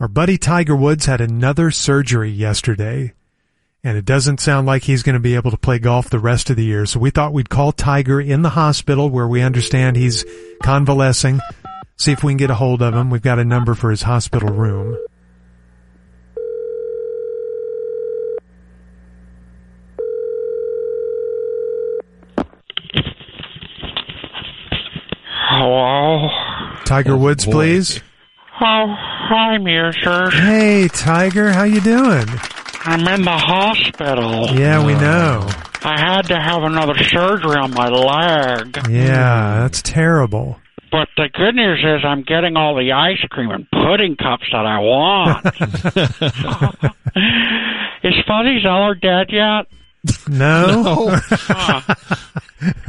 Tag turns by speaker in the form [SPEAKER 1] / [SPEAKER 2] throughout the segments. [SPEAKER 1] Our buddy Tiger Woods had another surgery yesterday, and it doesn't sound like he's going to be able to play golf the rest of the year. So we thought we'd call Tiger in the hospital where we understand he's convalescing, see if we can get a hold of him. We've got a number for his hospital room.
[SPEAKER 2] Hello.
[SPEAKER 1] Tiger Woods, please.
[SPEAKER 2] Oh, hi, Muser.
[SPEAKER 1] Hey, Tiger, how you doing?
[SPEAKER 2] I'm in the hospital.
[SPEAKER 1] Yeah, we know.
[SPEAKER 2] I had to have another surgery on my leg.
[SPEAKER 1] Yeah, that's terrible.
[SPEAKER 2] But the good news is I'm getting all the ice cream and pudding cups that I want. is Fuzzy Zeller dead yet?
[SPEAKER 1] No?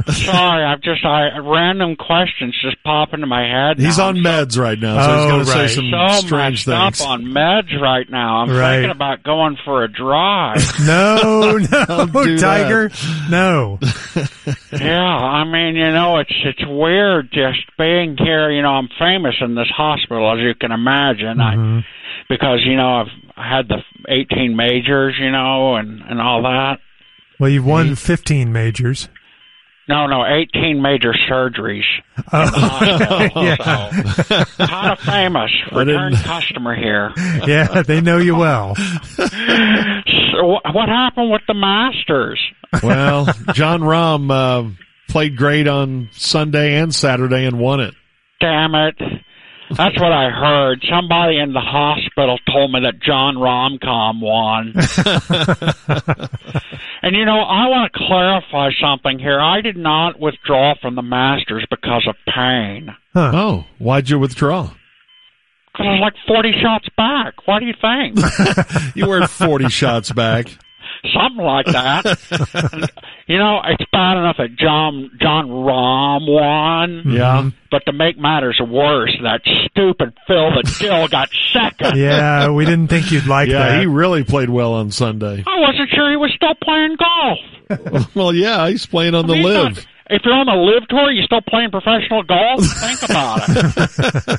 [SPEAKER 2] Sorry, I've just I random questions just pop into my head.
[SPEAKER 3] He's
[SPEAKER 2] now.
[SPEAKER 3] on meds right now,
[SPEAKER 1] Oh,
[SPEAKER 3] so he's going
[SPEAKER 1] right.
[SPEAKER 3] to say some
[SPEAKER 2] so
[SPEAKER 3] strange
[SPEAKER 2] messed
[SPEAKER 3] things.
[SPEAKER 2] up on meds right now. I'm
[SPEAKER 1] Right.
[SPEAKER 2] thinking about going for a drive.
[SPEAKER 1] No, no,
[SPEAKER 3] do that.
[SPEAKER 1] Tiger. No.
[SPEAKER 2] Yeah, I mean, you know, it's it's weird just being here. You know, I'm famous in this hospital, as you can imagine.
[SPEAKER 1] Mm-hmm.
[SPEAKER 2] I because you know I've I had the 18 majors, you know, and and all that.
[SPEAKER 1] Well, you've won 15 majors.
[SPEAKER 2] No, no, 18 major surgeries. Oh, so, kind of famous. Return customer here.
[SPEAKER 1] Yeah, they know you well.
[SPEAKER 2] So, wh- what happened with the Masters?
[SPEAKER 3] well, John Rahm uh, played great on Sunday and Saturday and won it.
[SPEAKER 2] Damn it. That's what I heard. Somebody in the hospital told me that John Romcom won. and you know, I want to clarify something here. I did not withdraw from the Masters because of pain.
[SPEAKER 3] Oh, why'd you withdraw?
[SPEAKER 2] Because I was like 40 shots back. What do you think?
[SPEAKER 3] You were 40 shots back.
[SPEAKER 2] Something like that. And, you know, it's bad enough that John, John Rom won.
[SPEAKER 3] Yeah.
[SPEAKER 2] But to make matters worse, that stupid Phil that Dill got second.
[SPEAKER 1] Yeah, we didn't think you'd like
[SPEAKER 3] Yeah,
[SPEAKER 1] that.
[SPEAKER 3] he really played well on Sunday.
[SPEAKER 2] I wasn't sure he was still playing golf.
[SPEAKER 3] Well, yeah, he's playing on the
[SPEAKER 2] He's not-
[SPEAKER 3] live.
[SPEAKER 2] if you're on the live tour, you're still playing professional golf. Think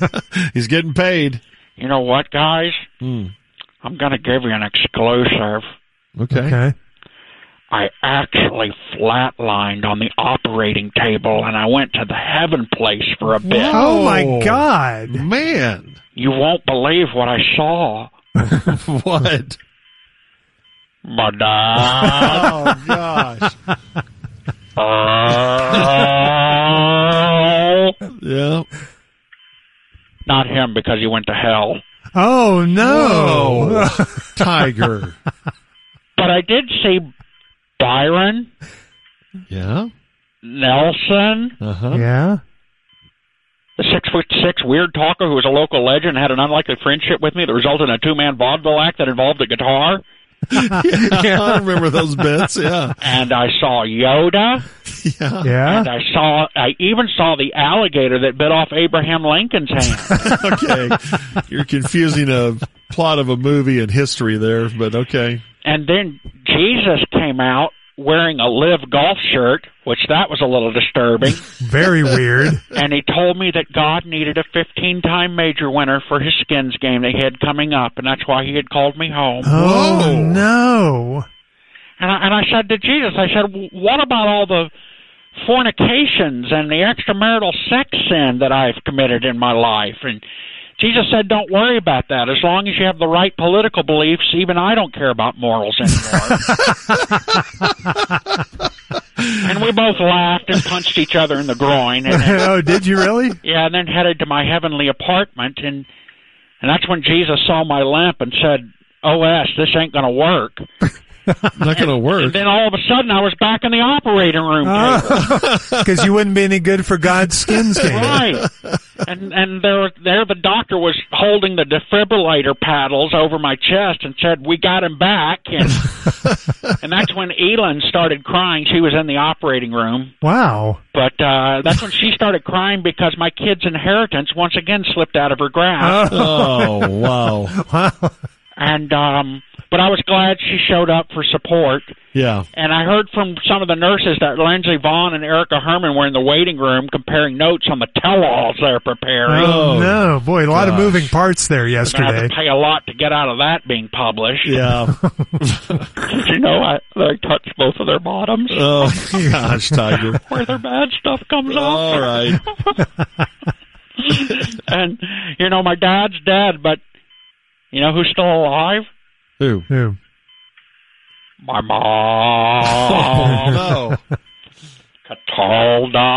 [SPEAKER 2] about it.
[SPEAKER 3] He's getting paid.
[SPEAKER 2] You know what, guys?
[SPEAKER 3] Hmm,
[SPEAKER 2] I'm going to give you an exclusive.
[SPEAKER 3] Okay.
[SPEAKER 1] okay.
[SPEAKER 2] I actually flatlined on the operating table, and I went to the heaven place for a bit.
[SPEAKER 1] Oh my
[SPEAKER 3] Oh.
[SPEAKER 1] God.
[SPEAKER 3] Man,
[SPEAKER 2] You won't believe what I saw,
[SPEAKER 3] what?
[SPEAKER 2] madame.
[SPEAKER 3] Oh gosh. Yeah.
[SPEAKER 2] uh, Not him, because he went to hell.
[SPEAKER 1] Oh no.
[SPEAKER 3] Oh, Tiger.
[SPEAKER 2] But I did see Byron,
[SPEAKER 3] Yeah.
[SPEAKER 2] Nelson,
[SPEAKER 3] Uh huh.
[SPEAKER 1] Yeah.
[SPEAKER 2] The six foot six weird talker who was a local legend and had an unlikely friendship with me that resulted in a two man vaudeville act that involved a guitar.
[SPEAKER 3] I remember those bits. Yeah.
[SPEAKER 2] And I saw Yoda.
[SPEAKER 3] Yeah.
[SPEAKER 1] Yeah.
[SPEAKER 2] And I saw, I even saw the alligator that bit off Abraham Lincoln's hand.
[SPEAKER 3] Okay. You're confusing a plot of a movie and history there, but okay.
[SPEAKER 2] and then Jesus came out wearing a live golf shirt, which that was a little disturbing.
[SPEAKER 1] Very weird.
[SPEAKER 2] and he told me that God needed a 15 time major winner for his skins game that he had coming up. And that's why he had called me home.
[SPEAKER 1] Oh no.
[SPEAKER 2] And I, and I said to Jesus, I said, "W- what about all the fornications and the extramarital sex sin that I've committed in my life? And Jesus said, don't worry about that. As long as you have the right political beliefs, even I don't care about morals anymore. and we both laughed and punched each other in the groin. And then,
[SPEAKER 1] oh, did you really?
[SPEAKER 2] yeah, and then headed to my heavenly apartment. And, and that's when Jesus saw my lamp and said, OS, this ain't going to work.
[SPEAKER 3] Not going to work.
[SPEAKER 2] Then all of a sudden, I was back in the operating room. table.
[SPEAKER 1] Because you wouldn't be any good for God's skins game.
[SPEAKER 2] Right, and and there there the doctor was holding the defibrillator paddles over my chest and said, "We got him back," and and that's when Elon started crying. She was in the operating room,
[SPEAKER 1] Wow.
[SPEAKER 2] but uh, that's when she started crying because my kid's inheritance once
[SPEAKER 1] Ah. Oh,
[SPEAKER 2] again slipped out of her grasp.
[SPEAKER 3] Oh, wow.
[SPEAKER 2] And um, but I was glad she showed up for support.
[SPEAKER 3] Yeah.
[SPEAKER 2] And I heard from some of the nurses that Lindsay Vaughn and Erica Herman were in the waiting room comparing notes on the tell-alls they're preparing.
[SPEAKER 3] Oh,
[SPEAKER 1] no, boy, a lot
[SPEAKER 3] gosh.
[SPEAKER 1] of moving parts there
[SPEAKER 2] I have
[SPEAKER 1] yesterday.
[SPEAKER 2] to pay a lot to get out of that being published.
[SPEAKER 3] Yeah.
[SPEAKER 2] you know, I, I touch both of their bottoms
[SPEAKER 3] Oh gosh, Tiger.
[SPEAKER 2] where their bad stuff comes off.
[SPEAKER 3] All right.
[SPEAKER 2] And you know, my dad's dead, but you know who's still alive?
[SPEAKER 3] Who?
[SPEAKER 1] Yeah.
[SPEAKER 2] My mom.
[SPEAKER 3] no.
[SPEAKER 2] Catalda.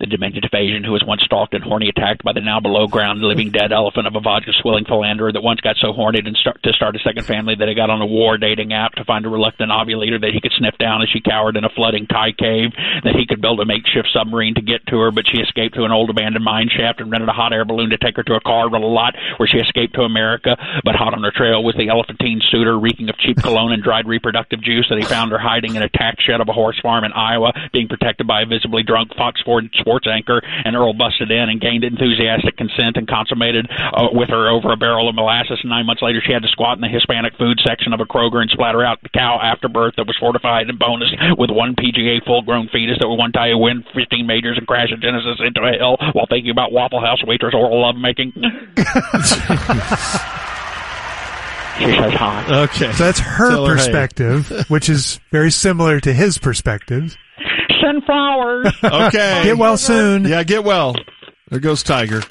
[SPEAKER 2] The diminutive Asian who was once stalked and horny attacked by the now below ground living dead elephant of a vodka swilling philanderer that once got so horny and start, to start a second family that he got on a war dating app to find a reluctant ovulator that he could sniff down as she cowered in a flooding Thai cave, that he could build a makeshift submarine to get to her, but she escaped to an old abandoned mine shaft and rented a hot air balloon to take her to a car rental lot where she escaped to America. But hot on her trail was the elephantine suitor reeking of cheap cologne and dried reproductive juice that he found her hiding in a tax shed of a horse farm in Iowa, being protected by a visibly drunk Fox Ford sports anchor. And Earl busted in and gained enthusiastic consent and consummated uh, with her over a barrel of molasses. And nine months later, she had to squat in the Hispanic food section of a Kroger and splatter out the cow afterbirth that was fortified and bonus with one PGA full grown fetus that would one day win 15 majors and crash a Genesis into a hill while thinking about Waffle House waitress oral love making. she says hi.
[SPEAKER 3] Okay.
[SPEAKER 1] So that's her
[SPEAKER 3] Tell her, hey.
[SPEAKER 1] perspective, which is very similar to his perspective.
[SPEAKER 2] Send flowers.
[SPEAKER 3] Okay.
[SPEAKER 1] Get well soon.
[SPEAKER 3] Yeah, get well. There goes Tiger.